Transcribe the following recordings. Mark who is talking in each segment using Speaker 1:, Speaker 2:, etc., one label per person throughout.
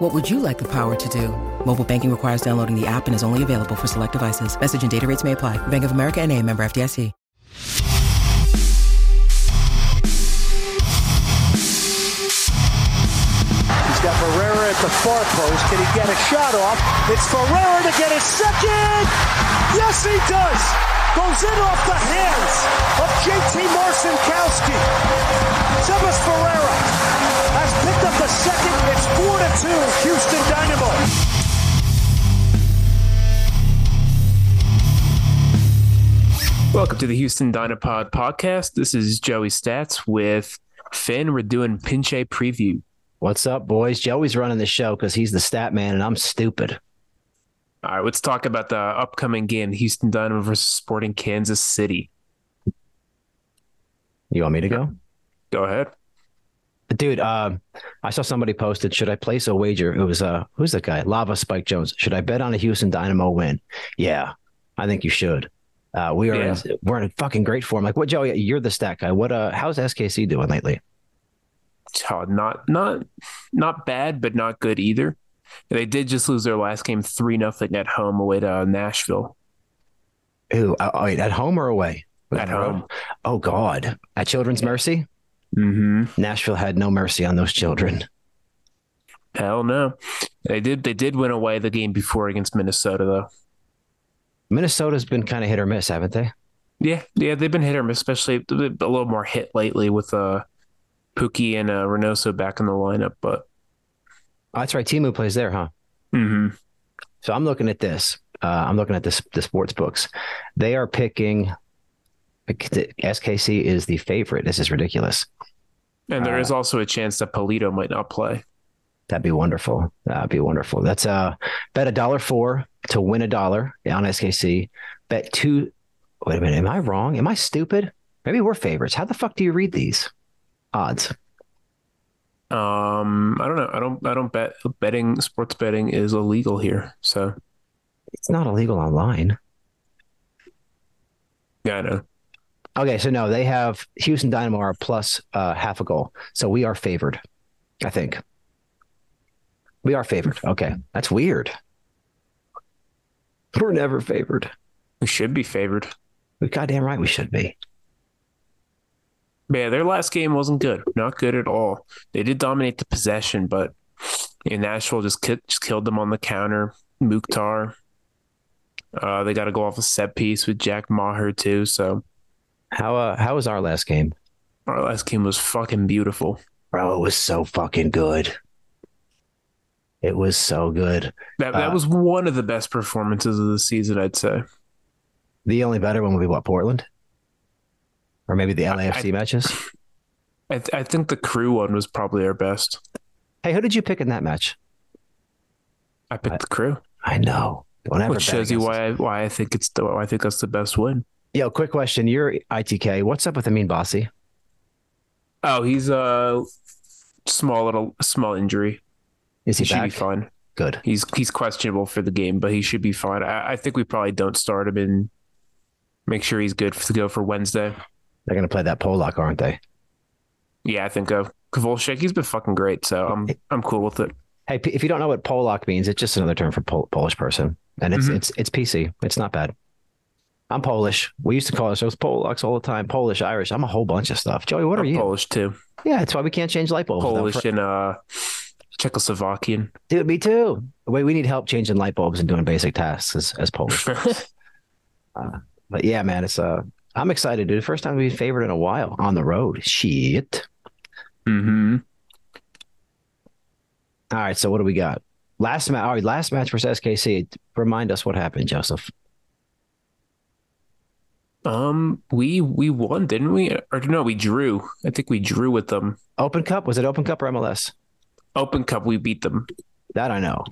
Speaker 1: What would you like the power to do? Mobile banking requires downloading the app and is only available for select devices. Message and data rates may apply. Bank of America and a member FDIC.
Speaker 2: He's got Ferrera at the far post. Can he get a shot off? It's Ferrera to get his second. Yes, he does. Goes in off the hands of JT Marcinkowski. Sebas Ferrera has picked up the second. It's 4 to 2, Houston Dynamo.
Speaker 3: Welcome to the Houston Dynapod podcast. This is Joey Stats with Finn. We're doing Pinche preview.
Speaker 4: What's up, boys? Joey's running the show because he's the stat man and I'm stupid.
Speaker 3: All right, let's talk about the upcoming game Houston Dynamo versus Sporting Kansas City.
Speaker 4: You want me to go?
Speaker 3: Go ahead.
Speaker 4: Dude, um, I saw somebody posted, should I place a wager? It was uh who's that guy? Lava Spike Jones. Should I bet on a Houston Dynamo win? Yeah, I think you should. Uh, we are
Speaker 3: Yeah.
Speaker 4: in, we're in fucking great form. Like what Joey, you're the stat guy. What uh how's SKC doing lately?
Speaker 3: Oh, not not not bad, but not good either. They did just lose their last game three nothing at home away to uh, Nashville.
Speaker 4: Who uh, oh, wait, at home or away?
Speaker 3: At home.
Speaker 4: Oh god. At Children's Mercy?
Speaker 3: Mm-hmm.
Speaker 4: Nashville had no mercy on those children.
Speaker 3: Hell no. They did they did win away the game before against Minnesota though.
Speaker 4: Minnesota's been kind of hit or miss, haven't they?
Speaker 3: Yeah, yeah, they've been hit or miss, especially a little more hit lately with uh Pookie and uh Reynoso back in the lineup, but
Speaker 4: Oh, that's right. Timu plays there, huh?
Speaker 3: hmm
Speaker 4: So I'm looking at this. Uh, I'm looking at this the sports books. They are picking the SKC is the favorite. This is ridiculous.
Speaker 3: and there is also a chance that Polito might not play.
Speaker 4: That'd be wonderful. That'd be wonderful. That's uh bet a dollar four to win a dollar on SKC. Bet two. Wait a minute. Am I wrong? Am I stupid? Maybe we're favorites. How the fuck do you read these odds?
Speaker 3: Um I don't know. I don't I don't bet betting sports betting is illegal here. So
Speaker 4: It's not illegal online.
Speaker 3: yeah, I know.
Speaker 4: Okay, so no, they have Houston Dynamo are plus uh, half a goal, so we are favored. I think we are favored. Okay, that's weird. We're never favored.
Speaker 3: We should be favored.
Speaker 4: We're goddamn right we should be.
Speaker 3: yeah, their last game wasn't good. Not good at all. They did dominate the possession, but in Nashville just ki- just killed them on the counter. Mukhtar. Uh, they got to go off a set piece with Jack Maher too. So
Speaker 2: how uh, how was our last game?
Speaker 3: Our last game was fucking beautiful,
Speaker 2: bro. It was so fucking good. It was so good.
Speaker 3: That that uh, was one of the best performances of the season, I'd say.
Speaker 2: The only better one would be what Portland, or maybe the LAFC I, matches.
Speaker 3: I, th- I think the crew one was probably our best.
Speaker 2: Hey, who did you pick in that match?
Speaker 3: I picked I, the crew.
Speaker 2: I know.
Speaker 3: Which shows you why I, why I think it's the, why I think that's the best win.
Speaker 2: Yo, quick question. You're ITK. What's up with Amin Bossy?
Speaker 3: Oh, he's a small little small injury.
Speaker 2: Is he,
Speaker 3: he should
Speaker 2: back?
Speaker 3: be fine.
Speaker 2: Good.
Speaker 3: He's he's questionable for the game, but he should be fine. I, I think we probably don't start him and make sure he's good to go for Wednesday.
Speaker 2: They're gonna play that Pollock, aren't they?
Speaker 3: Yeah, I think of Kovalchuk. He's been fucking great, so I'm I'm cool with it.
Speaker 2: Hey, if you don't know what Polak means, it's just another term for Pol- Polish person, and it's mm-hmm. it's it's PC. It's not bad. I'm Polish. We used to call ourselves Polacks all the time. Polish, Irish. I'm a whole bunch of stuff. Joey, what are
Speaker 3: I'm
Speaker 2: you?
Speaker 3: Polish too.
Speaker 2: Yeah, that's why we can't change light bulbs.
Speaker 3: Polish fr- and uh, Czechoslovakian.
Speaker 2: Dude, me too. Wait, we need help changing light bulbs and doing basic tasks as, as Polish. uh, but yeah, man, it's uh, I'm excited, dude. First time we've been favored in a while on the road. Shit.
Speaker 3: Hmm.
Speaker 2: All right, so what do we got? Last match. All right, last match versus SKC. Remind us what happened, Joseph.
Speaker 3: Um, we we won, didn't we? Or no, we drew. I think we drew with them.
Speaker 2: Open Cup was it? Open Cup or MLS?
Speaker 3: Open Cup. We beat them.
Speaker 2: That I know.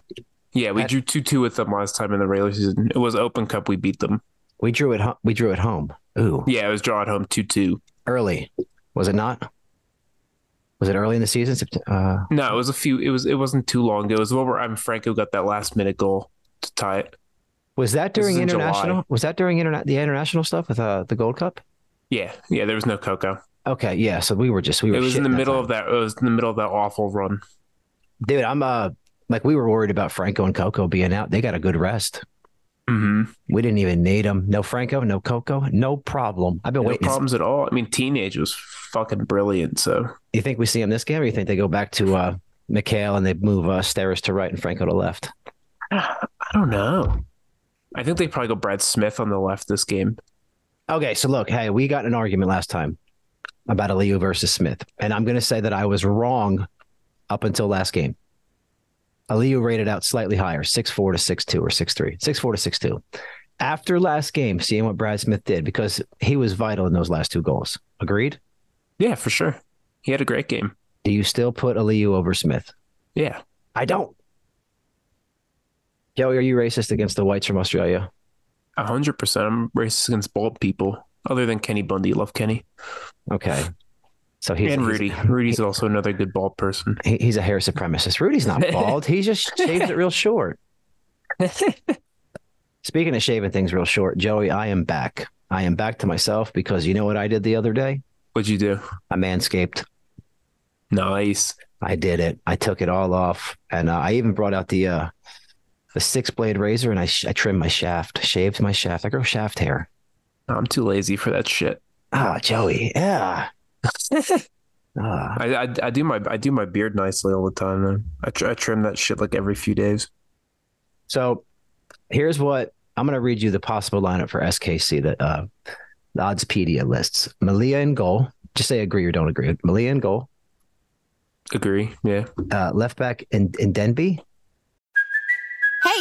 Speaker 3: Yeah, we that... drew two two with them last time in the regular season. It was Open Cup. We beat them.
Speaker 2: We drew it. Ho- we drew at home. Ooh.
Speaker 3: Yeah, it was draw at home two two.
Speaker 2: Early was it not? was it early in the season? Uh,
Speaker 3: no, it was a few. It was it wasn't too long. It was over. I'm Franco got that last minute goal to tie it.
Speaker 2: Was that during international? In was that during interna- the international stuff with uh, the Gold Cup?
Speaker 3: Yeah, yeah. There was no Coco.
Speaker 2: Okay, yeah. So we were just we were.
Speaker 3: It was in the middle
Speaker 2: that
Speaker 3: of that. It was in the middle of that awful run.
Speaker 2: Dude, I'm uh like we were worried about Franco and Coco being out. They got a good rest.
Speaker 3: Mm-hmm.
Speaker 2: We didn't even need them. No Franco, no Coco, no problem. I've been
Speaker 3: no
Speaker 2: waiting.
Speaker 3: problems at all. I mean, teenage was fucking brilliant. So
Speaker 2: you think we see him this game, or you think they go back to uh, Mikhail and they move uh, Steris to right and Franco to left?
Speaker 3: I don't know. I think they probably go Brad Smith on the left this game.
Speaker 2: Okay, so look, hey, we got an argument last time about Aliyu versus Smith, and I'm going to say that I was wrong up until last game. Aliyu rated out slightly higher, 6'4 to 6'2 or 6'3, 6'4 to 6'2. After last game, seeing what Brad Smith did, because he was vital in those last two goals. Agreed?
Speaker 3: Yeah, for sure. He had a great game.
Speaker 2: Do you still put Aliyu over Smith?
Speaker 3: Yeah.
Speaker 2: I don't. Joey, are you racist against the whites from Australia?
Speaker 3: 100%. I'm racist against bald people, other than Kenny Bundy. Love Kenny.
Speaker 2: Okay.
Speaker 3: So he's and Rudy. He's, Rudy's he, also another good bald person.
Speaker 2: He, he's a hair supremacist. Rudy's not bald. he just shaves it real short. Speaking of shaving things real short, Joey, I am back. I am back to myself because you know what I did the other day?
Speaker 3: What'd you do?
Speaker 2: I manscaped.
Speaker 3: Nice.
Speaker 2: I did it. I took it all off, and uh, I even brought out the uh, the six blade razor, and I sh- I trimmed my shaft, shaved my shaft. I grow shaft hair.
Speaker 3: I'm too lazy for that shit.
Speaker 2: Ah, oh, Joey. Yeah.
Speaker 3: uh, I, I, I do my I do my beard nicely all the time. Man. I tr- I trim that shit like every few days.
Speaker 2: So, here's what I'm gonna read you the possible lineup for SKC that uh, the Oddspedia lists: Malia in goal. Just say agree or don't agree. Malia in goal.
Speaker 3: Agree. Yeah.
Speaker 2: Uh, left back in in Denby.
Speaker 5: Hey,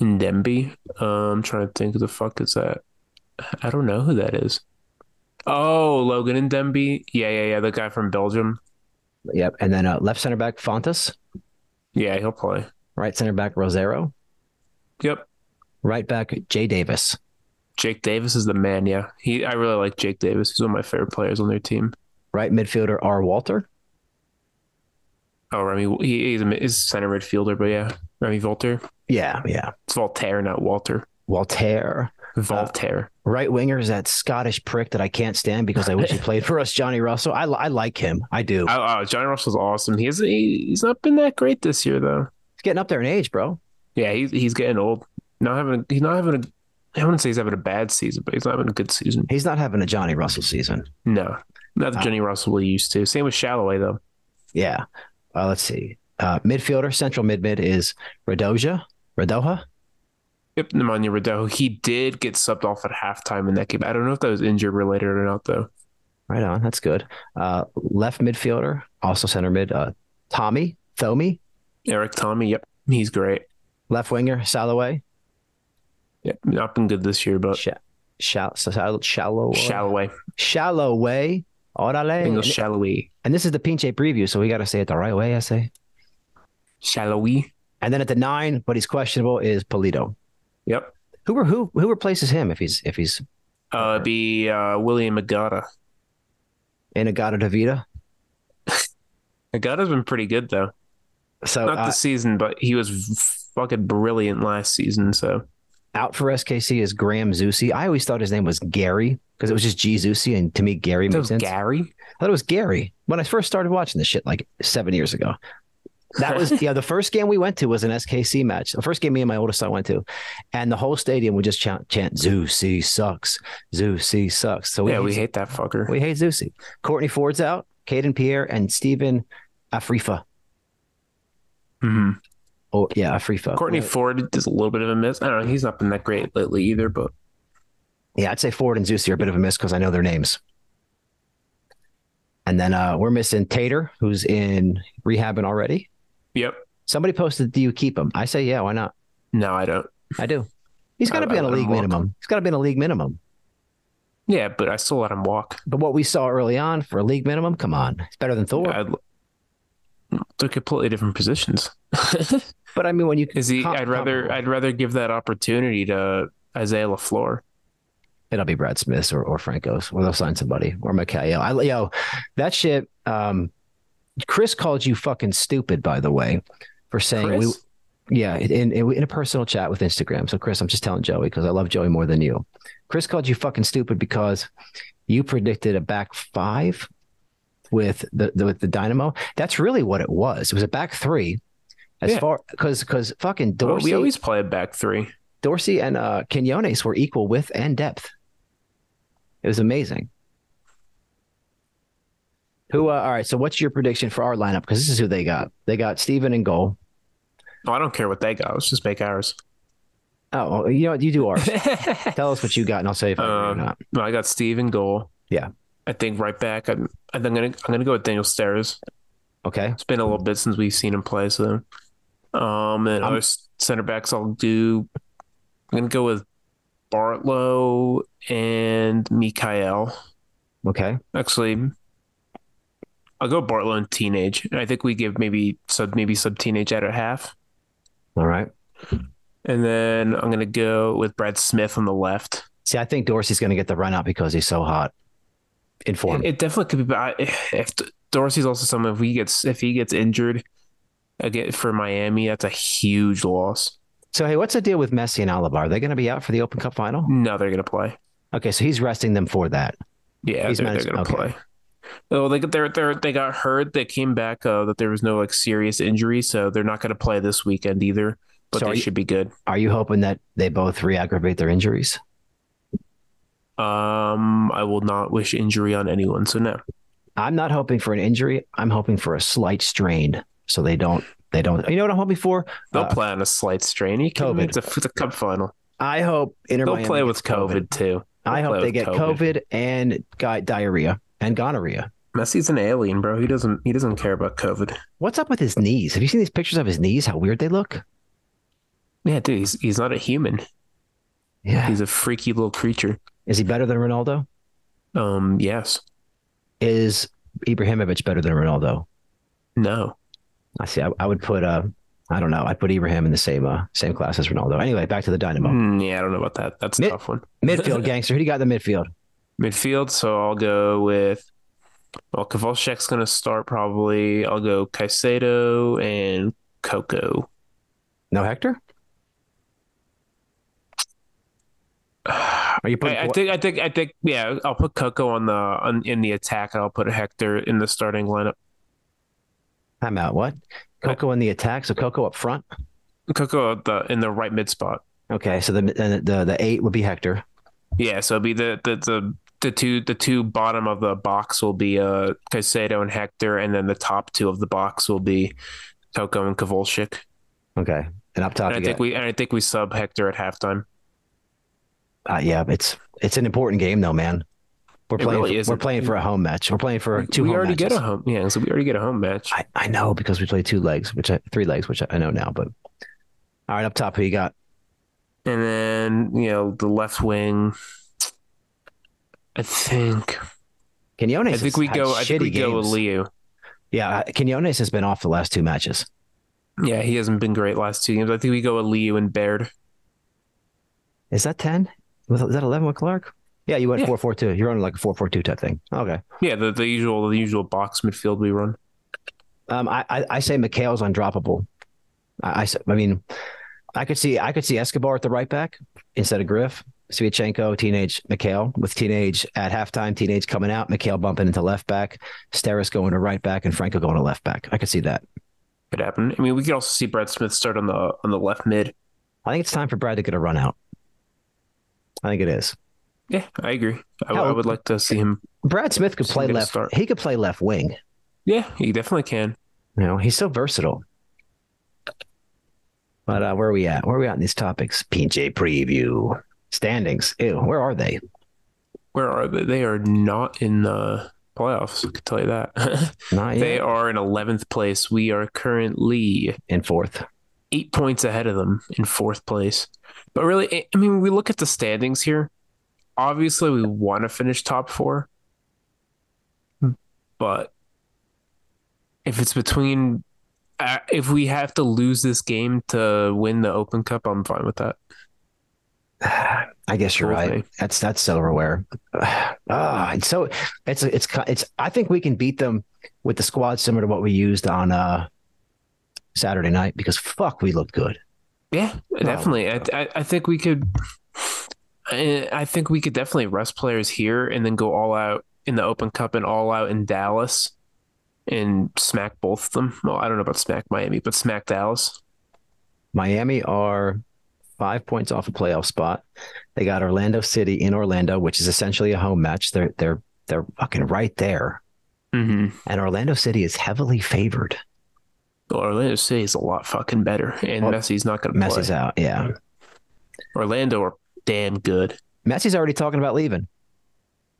Speaker 3: Ndembi. Uh, I'm trying to think who the fuck is that. I don't know who that is. Oh, Logan Ndembi. Yeah, yeah, yeah. The guy from Belgium.
Speaker 4: Yep. And then uh, left center back Fontas.
Speaker 3: Yeah, he'll play.
Speaker 4: Right center back Rosero.
Speaker 3: Yep.
Speaker 4: Right back Jay Davis.
Speaker 3: Jake Davis is the man. Yeah, he. I really like Jake Davis. He's one of my favorite players on their team.
Speaker 4: Right midfielder R. Walter.
Speaker 3: Oh, Remy. He, he's a mid- he's a center midfielder, but yeah, Remy Volter.
Speaker 4: Yeah, yeah.
Speaker 3: It's Voltaire, not Walter.
Speaker 4: Voltaire.
Speaker 3: Voltaire.
Speaker 4: Right winger is that Scottish prick that I can't stand because I wish he played for us, Johnny Russell. I, I like him. I do.
Speaker 3: oh, oh, Johnny Russell's awesome. He is, he, he's not been that great this year though.
Speaker 4: He's getting up there in age, bro.
Speaker 3: Yeah, he's he's getting old. Not having he's not having a. I wouldn't say he's having a bad season, but he's not having a good season.
Speaker 4: He's not having a Johnny Russell season. Uh,
Speaker 3: No, not the Johnny Russell we used to. Same with Shalloway though.
Speaker 4: Yeah. Uh, let's see. Uh, midfielder, central mid mid is Radoja. Radoja.
Speaker 3: Yep, Nemanja Rodejo. He did get subbed off at halftime in that game. I don't know if that was injury related or not though.
Speaker 4: Right on. That's good. Uh, left midfielder, also center mid, uh, Tommy Thomi.
Speaker 3: Eric Tommy. Yep, he's great.
Speaker 4: Left winger, Salaway.
Speaker 3: Yep, not been good this year, but
Speaker 4: Sha- Sha- Sha- Shallow.
Speaker 3: Shalloway.
Speaker 4: Shallow way. Orale.
Speaker 3: Bingo, Shalloway.
Speaker 4: And this is the pinche preview, so we got to say it the right way, I say.
Speaker 3: Shalloway.
Speaker 4: And then at the nine, but he's questionable, is Polito.
Speaker 3: Yep.
Speaker 4: Who re- who who replaces him if he's if he's
Speaker 3: Uh, it'd be uh, William Agata.
Speaker 4: in Agata Davida?
Speaker 3: Agata's been pretty good though.
Speaker 4: So
Speaker 3: Not
Speaker 4: uh,
Speaker 3: this season, but he was fucking brilliant last season. So
Speaker 4: out for SKC is Graham Zusi. I always thought his name was Gary because it was just G Zusi, and to me Gary
Speaker 3: that
Speaker 4: makes
Speaker 3: was
Speaker 4: sense.
Speaker 3: Gary.
Speaker 4: I thought it was Gary when I first started watching this shit like seven years ago. That was yeah. The first game we went to was an SKC match. The first game me and my oldest son went to, and the whole stadium would just chant, chant "Zusi sucks, Zusi sucks." So we
Speaker 3: yeah, we hate that fucker.
Speaker 4: we hate Zusi. Courtney Ford's out. Caden Pierre and Stephen Afrifa.
Speaker 3: hmm
Speaker 4: Oh yeah, Afrifa.
Speaker 3: Courtney Ford is a little bit of a miss. I don't know. He's not been that great lately either, but
Speaker 4: Yeah, I'd say Ford and Zusi are a bit of a miss because I know their names. And then uh, we're missing Tater, who's in rehabbing already.
Speaker 3: yep.
Speaker 4: Somebody posted, "Do you keep him?" I say, "Yeah, why not?"
Speaker 3: No, I don't.
Speaker 4: I do. He's got to
Speaker 3: I-
Speaker 4: be on a
Speaker 3: I-
Speaker 4: league
Speaker 3: I'm welcome.
Speaker 4: minimum. He's got to be on a league minimum.
Speaker 3: Yeah, but I still let him walk.
Speaker 4: But what we saw early on for a league minimum, come on, it's better than Thor.
Speaker 3: I, they're completely different positions.
Speaker 4: but I mean, when you
Speaker 3: Is he?
Speaker 4: com-
Speaker 3: I'd rather.
Speaker 4: comparable.
Speaker 3: I'd rather give that opportunity to Isaiah Lafleur.
Speaker 4: it'll be Brad Smith or, or Franco's, or they'll sign somebody or Mikhail. I, yo, that shit. Um, Chris called you fucking stupid, by the way, for saying we.
Speaker 3: Chris?
Speaker 4: Yeah, in, in in a personal chat with Instagram. So Chris, I'm just telling Joey because I love Joey more than you. Chris called you fucking stupid because you predicted a back five with the, the with the Dynamo. That's really what it was. It was a back three, as
Speaker 3: Yeah.
Speaker 4: far because because fucking
Speaker 3: Well,
Speaker 4: Dorsey
Speaker 3: we always play a back three.
Speaker 4: Dorsey and uh, Quinones were equal width and depth. It was amazing. Who? Uh, all right. So, what's your prediction for our lineup? Because this is who they got. They got Steven and goal.
Speaker 3: Oh, I don't care what they got. Let's just make ours.
Speaker 4: Oh, well, you know what? You do ours. Tell us what you got, and I'll say if I agree or
Speaker 3: Um,
Speaker 4: not.
Speaker 3: I got Steve in goal.
Speaker 4: Yeah.
Speaker 3: I think right back. I'm. I think I'm gonna. I'm gonna go with Daniel Stairs.
Speaker 4: Okay.
Speaker 3: It's been a little bit since we've seen him play. So, um, and other s- center backs I'll do. I'm gonna go with Bartlow and Mikael.
Speaker 4: Okay.
Speaker 3: Actually, I'll go Bartlow and teenage. I think we give maybe sub maybe sub teenage at a half,
Speaker 4: All right.
Speaker 3: and then I'm gonna go with Brad Smith on the left.
Speaker 4: See, I think Dorsey's going to get the run out because he's so hot in form.
Speaker 3: It, it definitely could be. But I, if Dorsey's also someone, if he gets if he gets injured again for Miami, that's a huge loss.
Speaker 4: so, hey, what's the deal with Messi and Alaba? Are they going to be out for the Open Cup final?
Speaker 3: No, they're gonna play.
Speaker 4: Okay, so he's resting them for that.
Speaker 3: Yeah,
Speaker 4: He's
Speaker 3: they're, they're
Speaker 4: managed-
Speaker 3: gonna
Speaker 4: okay.
Speaker 3: play. Oh, they they they they got hurt. They came back uh, that there was no like serious injury, so they're not gonna play this weekend either. But
Speaker 4: So
Speaker 3: they
Speaker 4: are you-
Speaker 3: should be good.
Speaker 4: Are you hoping that they both re aggravate their injuries?
Speaker 3: Um, I will not wish injury on anyone. So no.
Speaker 4: I'm not hoping for an injury. I'm hoping for a slight strain so they don't, they don't, you know what I'm hoping for?
Speaker 3: They'll
Speaker 4: Uh,
Speaker 3: play on a slight strain. Are You kidding me?
Speaker 4: COVID.
Speaker 3: It's a, it's a cup final.
Speaker 4: I hope Inter
Speaker 3: They'll
Speaker 4: Miami
Speaker 3: play
Speaker 4: gets
Speaker 3: with COVID, too.
Speaker 4: I
Speaker 3: They'll
Speaker 4: hope
Speaker 3: play
Speaker 4: they
Speaker 3: with
Speaker 4: get COVID, and got diarrhea and gonorrhea.
Speaker 3: Messi's an alien, bro. He doesn't he doesn't care about COVID.
Speaker 4: What's up with his knees? Have you seen these pictures of his knees? How weird they look.
Speaker 3: Yeah, dude, he's he's not a human.
Speaker 4: Yeah.
Speaker 3: He's a freaky little creature.
Speaker 4: Is he better than Ronaldo?
Speaker 3: Um, yes.
Speaker 4: Is Ibrahimovic better than Ronaldo?
Speaker 3: No.
Speaker 4: I see. I, I would put uh, I don't know. I'd put Ibrahim in the same uh, same class as Ronaldo. Anyway, back to the Dynamo
Speaker 3: Hmm, yeah, I don't know about that. That's a
Speaker 4: Mid-
Speaker 3: tough one.
Speaker 4: midfield gangster. Who do you got in the midfield?
Speaker 3: midfield. So I'll go with well, Kovalchuk's going to start probably. I'll go Caicedo and Coco.
Speaker 4: No Hector. Are you putting?
Speaker 3: I, I think I think I think yeah. I'll put Coco on the on, in the attack. and I'll put Hector in the starting lineup.
Speaker 4: I'm out. What? Coco in the attack. So Coco up front.
Speaker 3: Coco at the in the right mid spot.
Speaker 4: Okay, so the the the, the eight would be Hector.
Speaker 3: Yeah, so it'll be the the the, the two the two bottom of the box will be uh Caicedo and Hector, and then the top two of the box will be Coco and Kovalchuk.
Speaker 4: Okay, and up top.
Speaker 3: And I
Speaker 4: you
Speaker 3: think
Speaker 4: got-
Speaker 3: we and I think we sub Hector at halftime.
Speaker 4: uh, yeah, it's it's an important game though, man. We're
Speaker 3: It
Speaker 4: playing.
Speaker 3: really
Speaker 4: for,
Speaker 3: isn't.
Speaker 4: we're playing for a home match. We're playing for two.
Speaker 3: we
Speaker 4: home
Speaker 3: already get
Speaker 4: matches.
Speaker 3: a home yeah so we already get a home match
Speaker 4: I, I know because we play two legs, which I, three legs, which I, I know now. But all right, up top, who you got?
Speaker 3: and then you know the left wing i think
Speaker 4: Quinones.
Speaker 3: i think we
Speaker 4: has
Speaker 3: go
Speaker 4: had
Speaker 3: i think we
Speaker 4: shitty
Speaker 3: go with
Speaker 4: games.
Speaker 3: leo
Speaker 4: Yeah, uh, Quinones has been off the last two matches.
Speaker 3: yeah he hasn't been great last two games i think we go with leo and baird
Speaker 4: Is that ten? Was is that eleven with Clark? Yeah, you went
Speaker 3: Yeah.
Speaker 4: four four two. You're running like a four four two type thing. Okay.
Speaker 3: yeah the, the usual the usual box midfield we run
Speaker 4: Um, I I, I say McHale's undroppable. I, I s- I mean, I could see I could see Escobar at the right back instead of Griff. Sviachenko, teenage McHale with teenage at halftime, teenage coming out, McHale bumping into left back, Steris going to right back, and Franco going to left back. I could see that.
Speaker 3: could happen i mean we could also see brad smith start on the on the left mid
Speaker 4: I think it's time for Brad to get a run out. I think it is.
Speaker 3: yeah i agree i,
Speaker 4: Hell.
Speaker 3: I would like to see him
Speaker 4: Brad Smith could
Speaker 3: So
Speaker 4: play
Speaker 3: get a
Speaker 4: left.
Speaker 3: start.
Speaker 4: He could play left wing.
Speaker 3: yeah he definitely can
Speaker 4: You know, he's so versatile. But uh, where are we at? Where are we at in these topics? PJ preview standings. Ew, where are they?
Speaker 3: where are they they are not in the playoffs i can tell you that
Speaker 4: Not yet.
Speaker 3: They are in 11th place. We are currently
Speaker 4: in fourth.
Speaker 3: eight points ahead of them in fourth place. But really, I- I mean, we look at the standings here. Obviously, we want to finish top four. But if it's between, uh, if we have to lose this game to win the Open Cup, I'm fine with that.
Speaker 4: I guess you're
Speaker 3: Fourth,
Speaker 4: right.
Speaker 3: eh?
Speaker 4: That's that's silverware. Ah, it's so it's it's it's. I think we can beat them with the squad similar to what we used on uh, Saturday night because fuck, we looked good.
Speaker 3: Yeah, definitely. I, I I think we could. I I think we could definitely rest players here and then go all out in the Open Cup and all out in Dallas, and smack both of them. Well, I don't know about smack Miami, but smack Dallas.
Speaker 4: Miami are five points off a playoff spot. They got Orlando City in Orlando, which is essentially a home match. They're they're they're fucking right there.
Speaker 3: Mm-hmm.
Speaker 4: And Orlando City is heavily favored.
Speaker 3: Orlando City is a lot fucking better, and
Speaker 4: Well,
Speaker 3: Messi's not going to play.
Speaker 4: Messi's out, yeah.
Speaker 3: Orlando are damn good.
Speaker 4: Messi's already talking about leaving.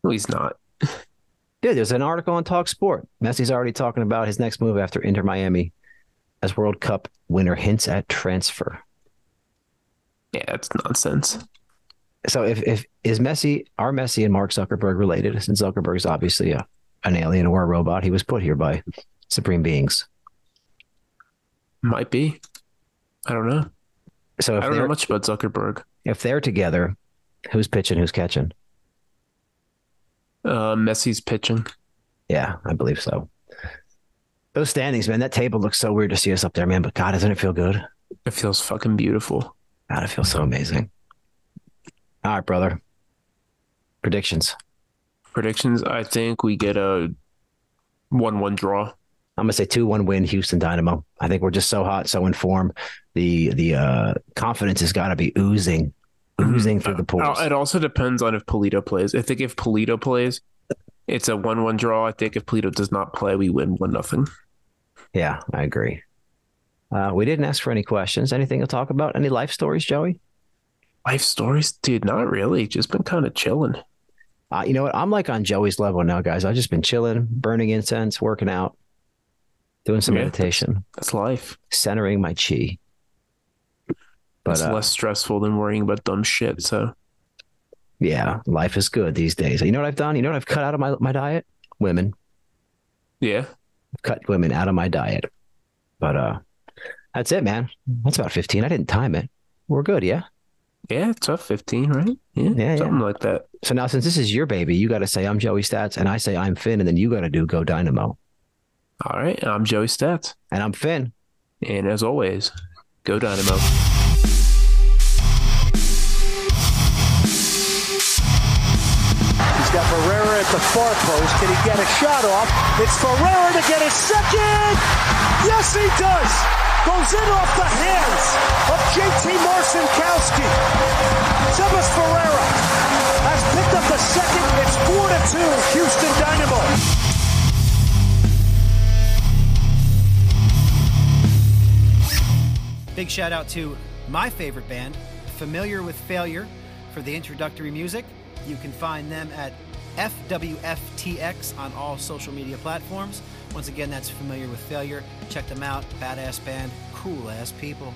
Speaker 3: No, he's not.
Speaker 4: Dude, there's an article on Talk Sport. Messi's already talking about his next move after Inter Miami as World Cup winner hints at transfer.
Speaker 3: Yeah, that's nonsense.
Speaker 4: So if if is Messi are Messi and Mark Zuckerberg related? Since Zuckerberg is obviously a, an alien or a robot, he was put here by supreme beings.
Speaker 3: Might be. I don't know.
Speaker 4: So
Speaker 3: I don't know much about Zuckerberg.
Speaker 4: If they're together, who's pitching? Who's catching?
Speaker 3: Uh, Messi's pitching.
Speaker 4: Yeah, I believe so. Those standings, man. That table looks so weird to see us up there, man. But God, doesn't it feel good?
Speaker 3: It feels fucking beautiful.
Speaker 4: God, it feels so amazing. All right, brother. Predictions.
Speaker 3: Predictions. I think we get a one-one draw.
Speaker 4: I'm gonna say two one win Houston Dynamo. I think we're just so hot, so in form. The the uh, confidence has got to be oozing, oozing through the pores.
Speaker 3: It also depends on if Polito plays. I think if Polito plays, it's a one one draw. I think if Polito does not play, we win one nothing.
Speaker 4: Yeah, I agree. Uh, we didn't ask for any questions. Anything to talk about? Any life stories, Joey?
Speaker 3: Life stories, dude. Not really. Just been kind of chilling.
Speaker 4: Uh, you know what? I'm like on Joey's level now, guys. I've just been chilling, burning incense, working out doing some yeah, meditation.
Speaker 3: That's, that's, life.
Speaker 4: Centering my chi.
Speaker 3: But it's uh, less stressful than worrying about dumb shit. So,
Speaker 4: yeah, life is good these days. You know what I've done? You know what I've cut out of my my diet? Women.
Speaker 3: Yeah.
Speaker 4: Cut women out of my diet. But uh, that's it, man. That's about fifteen. I didn't time it. We're good, yeah.
Speaker 3: Yeah, it's about fifteen, right? Yeah, yeah something yeah. like that.
Speaker 4: So now, since this is your baby, you got to say I'm Joey Stats, and I say I'm Finn, and then you got to do Go Dynamo.
Speaker 3: All right. I'm Joey Stats.
Speaker 4: And I'm Finn.
Speaker 3: And as always, go Dynamo.
Speaker 2: He's got Ferrera at the far post. Can he get a shot off? It's Ferrera to get his second. Yes, he does. Goes in off the hands of JT Marcinkowski. Sebas Ferrera has picked up the second. It's 4 to 2, Houston Dynamo.
Speaker 6: Big shout out to my favorite band, Familiar with Failure, for the introductory music. You can find them at FWFTX on all social media platforms. Once again, that's Familiar with Failure. Check them out. Badass band, cool ass people.